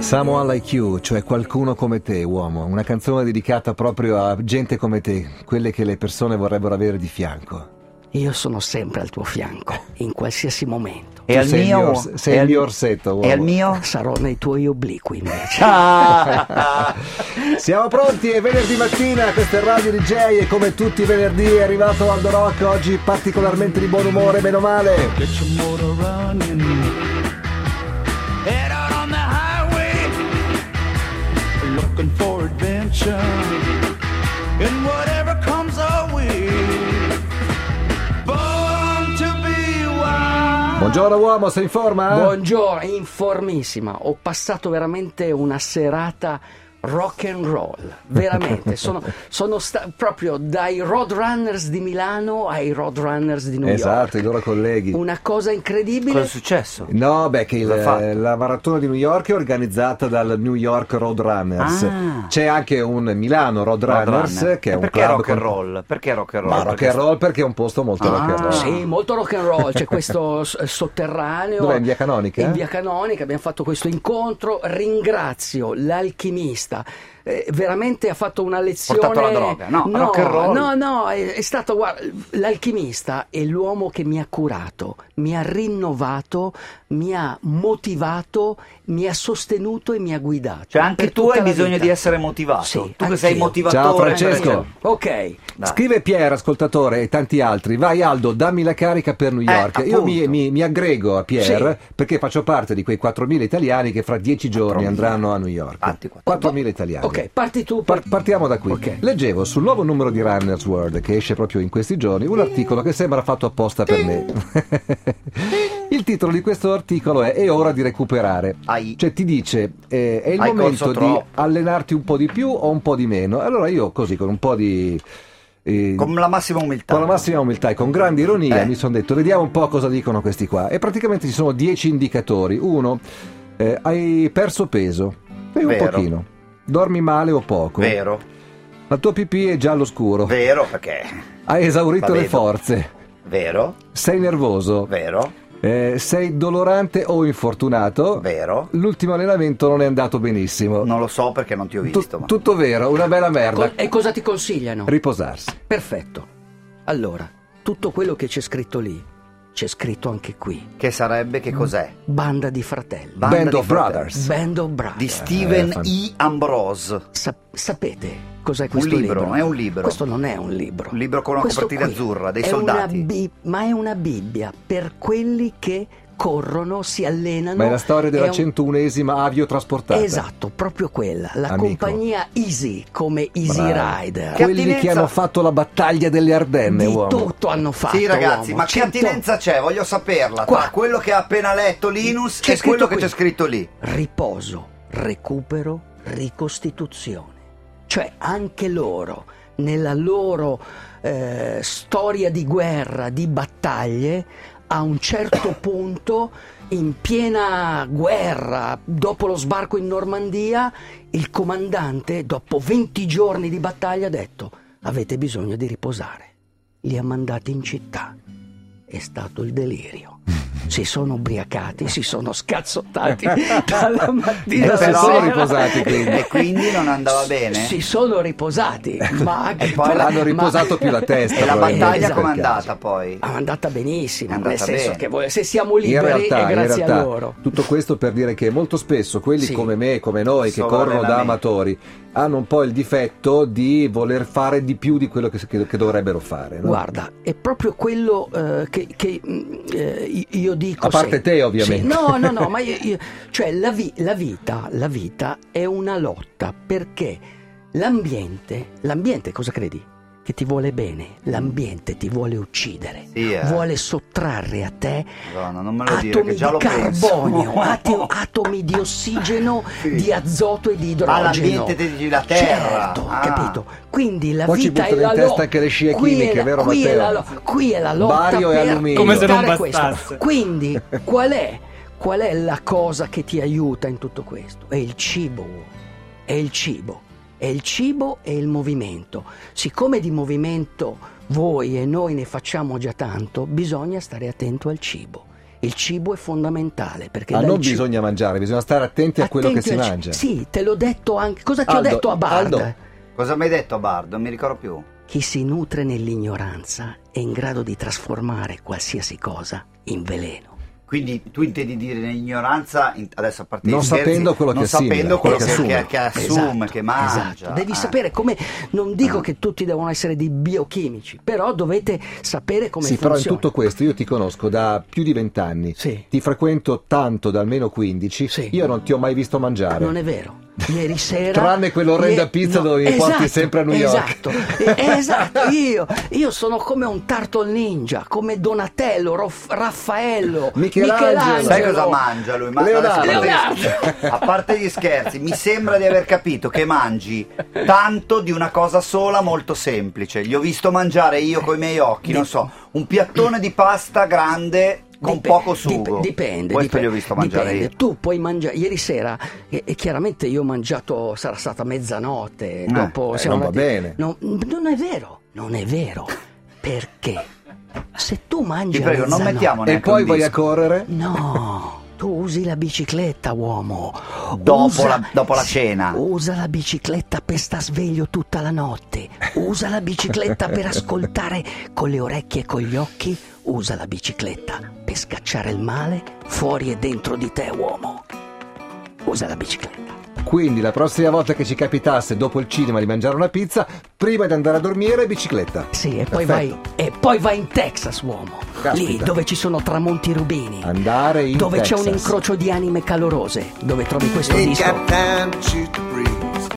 Someone Like You, cioè qualcuno come te, uomo, una canzone dedicata proprio a gente come te, quelle che le persone vorrebbero avere di fianco. Io sono sempre al tuo fianco, in qualsiasi momento. Tu E al sei il mio- mio ors- sei e il al- mio orsetto, uomo. E al mio? Sarò nei tuoi obliqui invece. Ah! Siamo pronti, è venerdì mattina, questa è Radio DJ e come tutti i venerdì è arrivato Aldo Rock, oggi particolarmente di buon umore, meno male. Get your motor running. Head out on the highway. Looking for adventure. And whatever comes our way. Born to be wild. Buongiorno uomo, sei in forma? Buongiorno, informissima. Ho passato veramente una serata rock and roll, veramente. sono sono sta- proprio dai roadrunners di Milano ai roadrunners di New esatto, i York. loro colleghi. Una cosa Cosa è incredibile. successo? No, beh, che il- eh, Cosa ha fatto? la maratona di New York è organizzata dal New York Roadrunners. Ah. C'è anche un Milano Roadrunners Roadrunner. che è E un perché club rock and con- roll? Perché rock and roll? Ma rock and roll perché è un posto molto Ah. rock and roll. Sì, molto rock and roll, c'è questo s- sotterraneo. Dov'è? In via Canonica? In via Canonica abbiamo fatto questo incontro. Ringrazio l'alchimista. eh, veramente ha fatto una lezione. Portato alla droga, no, no, rock and roll. no, no, è, è stato guarda, l'alchimista è l'uomo che mi ha curato, mi ha rinnovato, mi ha motivato, mi ha sostenuto e mi ha guidato. Cioè anche per tu tutta hai la bisogno vita. di essere motivato. Sì, tu che sei anch'io. motivatore. Ciao, Francesco. Ok, Dai. Scrive Pier, ascoltatore, e tanti altri. Vai Aldo, dammi la carica per New Eh, York. Io mi, appunto. mi- mi aggrego a Pier perché faccio parte di quei 4.000 italiani che fra 10 giorni 4.000. andranno a New York. Ah, Tanti, 4.000. 4.000 italiani. ok, parti tu. Par- partiamo da qui. Leggevo sul nuovo numero di Runner's World che esce proprio in questi giorni un articolo che sembra fatto apposta per me. il titolo di questo articolo è È ora di recuperare. Ai. Cioè ti dice eh, è il Hai momento corso di troppo. allenarti un po' di più o un po' di meno. Allora io così con un po' di... eh, Con la massima umiltà. con la massima umiltà e con grande ironia Eh. mi sono detto, vediamo un po' cosa dicono questi qua. E praticamente ci sono 10 indicatori. Uno, eh, hai perso peso, e un Vero. pochino. Dormi male o poco. Vero, La tua pipì è giallo scuro. vero perché. Hai esaurito La le vedo. forze. Vero, Sei nervoso. vero, Eh, sei dolorante o infortunato. vero. L'ultimo allenamento non è andato benissimo. Non lo so perché non ti ho visto. Tu- ma- tutto vero, una bella merda. Co- e cosa ti consigliano? Riposarsi. Perfetto. Allora, tutto quello che c'è scritto lì, c'è scritto anche qui. Che sarebbe, che cos'è? Banda di fratelli. Banda Band di of fratelli. Brothers. Band of Brothers. Di Steven Eh, fan- E. Ambrose. Sa- sapete cos'è questo libro, è un libro. Questo non è un libro. Un libro con una Questo copertina qui azzurra, dei è una soldati. bi- ma è una Bibbia per quelli che corrono, si allenano. Ma è la storia della un- 101esima aviotrasportata. Esatto, proprio quella. La Amico. compagnia Easy, come Easy Bravo. Rider. Che Quelli che attinenza- hanno fatto la battaglia delle Ardenne, di uomo. tutto hanno fatto. sì, ragazzi, uomo. ma Cento- che attinenza c'è? Voglio saperla. Certo. Qua. Tra quello che ha appena letto Linus C'è e quello scritto che qui. c'è scritto lì. riposo, recupero, ricostituzione. Cioè anche loro, nella loro eh, storia di guerra, di battaglie, a un certo punto, in piena guerra, dopo lo sbarco in Normandia, il comandante, dopo 20 giorni di battaglia, ha detto avete bisogno di riposare. Li ha mandati in città. È stato il delirio. Si sono ubriacati, si sono scazzottati dalla mattina Eh, alla si sera. sono riposati, quindi. E quindi non andava bene? Si sono riposati, ma E poi ma- hanno riposato più la testa, E la probabilmente. battaglia Esatto. com'è andata poi? È andata benissimo, È andata nel senso bene. che voi- se siamo In liberi realtà, è in grazie realtà, a loro. tutto questo per dire che molto spesso quelli Sì. come me, come noi, che Solo corrono da allenamento. amatori, hanno un po' il difetto di voler fare di più di quello che, che- che dovrebbero fare. no? Guarda, è proprio quello eh, che, che, mh, eh, io dico. A parte sempre. te, ovviamente. Sì, no, no, no, ma io, io- cioè la, vi- la vita, la vita è una lotta perché l'ambiente, l'ambiente cosa credi? Che ti vuole bene, l'ambiente ti vuole uccidere, Sì, eh. vuole sottrarre a te Madonna, non me lo dire, atomi che già di lo carbonio, penso. ati- atomi di ossigeno, Sì. di azoto e di idrogeno. l'ambiente te dici la terra. Certo, Ah. capito? Quindi la Poi ci vita è buttano la in testa lotta. anche le scie Qui è chimiche, la- vero, qui è la Matteo? lo- Qui è la lotta Bario e per alluminio. Come se non evitare questo. bastasse. Quindi qual è, qual è la cosa che ti aiuta in tutto questo? È il cibo, uomo. è il cibo. È il cibo e il movimento. Siccome di movimento voi e noi ne facciamo già tanto, bisogna stare attento al cibo. Il cibo è fondamentale perché Ma dal non cibo- bisogna mangiare, bisogna stare attenti a quello che Attenti si al ci- mangia. Sì, te l'ho detto anche. Cosa ti Aldo, ho detto a Bard? Aldo. Cosa mi hai detto, Bardo? Non mi ricordo più. Chi si nutre nell'ignoranza è in grado di trasformare qualsiasi cosa in veleno. Quindi tu intendi dire ignoranza, in- adesso a partire Non sapendo quello non che assimila, sapendo quello che, quello che che- che assume, Esatto, che mangia. esatto. Devi Ah. sapere come. Non dico Ah. che tutti devono essere dei biochimici, però dovete sapere come Sì, però funziona. in tutto questo io ti conosco da più di vent'anni. Sì. Ti frequento tanto, da almeno 15. Sì. Io non ti ho mai visto mangiare. Eh, Non è vero. Ieri sera. Tranne quell'orrenda Ie- pizza dove mi porti sempre a New York. Esatto, Eh, esatto. Io, io sono come un Turtle Ninja, come Donatello, Rof- Raffaello, Michelangelo. Sai Angelo. cosa mangia lui? Ma- Leonardo. adesso, a parte- Leonardo. A parte gli scherzi, mi sembra di aver capito che mangi tanto di una cosa sola molto semplice. Gli ho visto mangiare io coi miei occhi, non so, un piattone di pasta grande con Dip- poco dip- sugo. dipende. Questo dipende, gli ho visto mangiare dipende. io. Tu puoi mangiare. Ieri sera, e, e chiaramente io ho mangiato, sarà stata mezzanotte. dopo eh, siamo non va andati- bene. No, non è vero, non è vero. Perché? Se tu mangi. Ti a prego, non mezzanotte- mettiamo E neanche poi un vai a disco. correre? No, tu usi la bicicletta, uomo. Dopo la- dopo la sì, cena. Usa la bicicletta per star sveglio tutta la notte. Usa la bicicletta per ascoltare con le orecchie e con gli occhi. Usa la bicicletta per scacciare il male fuori e dentro di te, uomo. Usa la bicicletta. Quindi la prossima volta che ci capitasse dopo il cinema di mangiare una pizza, prima di andare a dormire, bicicletta. Sì, e poi, vai, Perfetto. e poi vai in Texas, uomo. Lì Caspita. dove ci sono tramonti rubini. Andare in dove c'è un Texas. incrocio di anime calorose. Dove trovi questo disco. got time to breathe.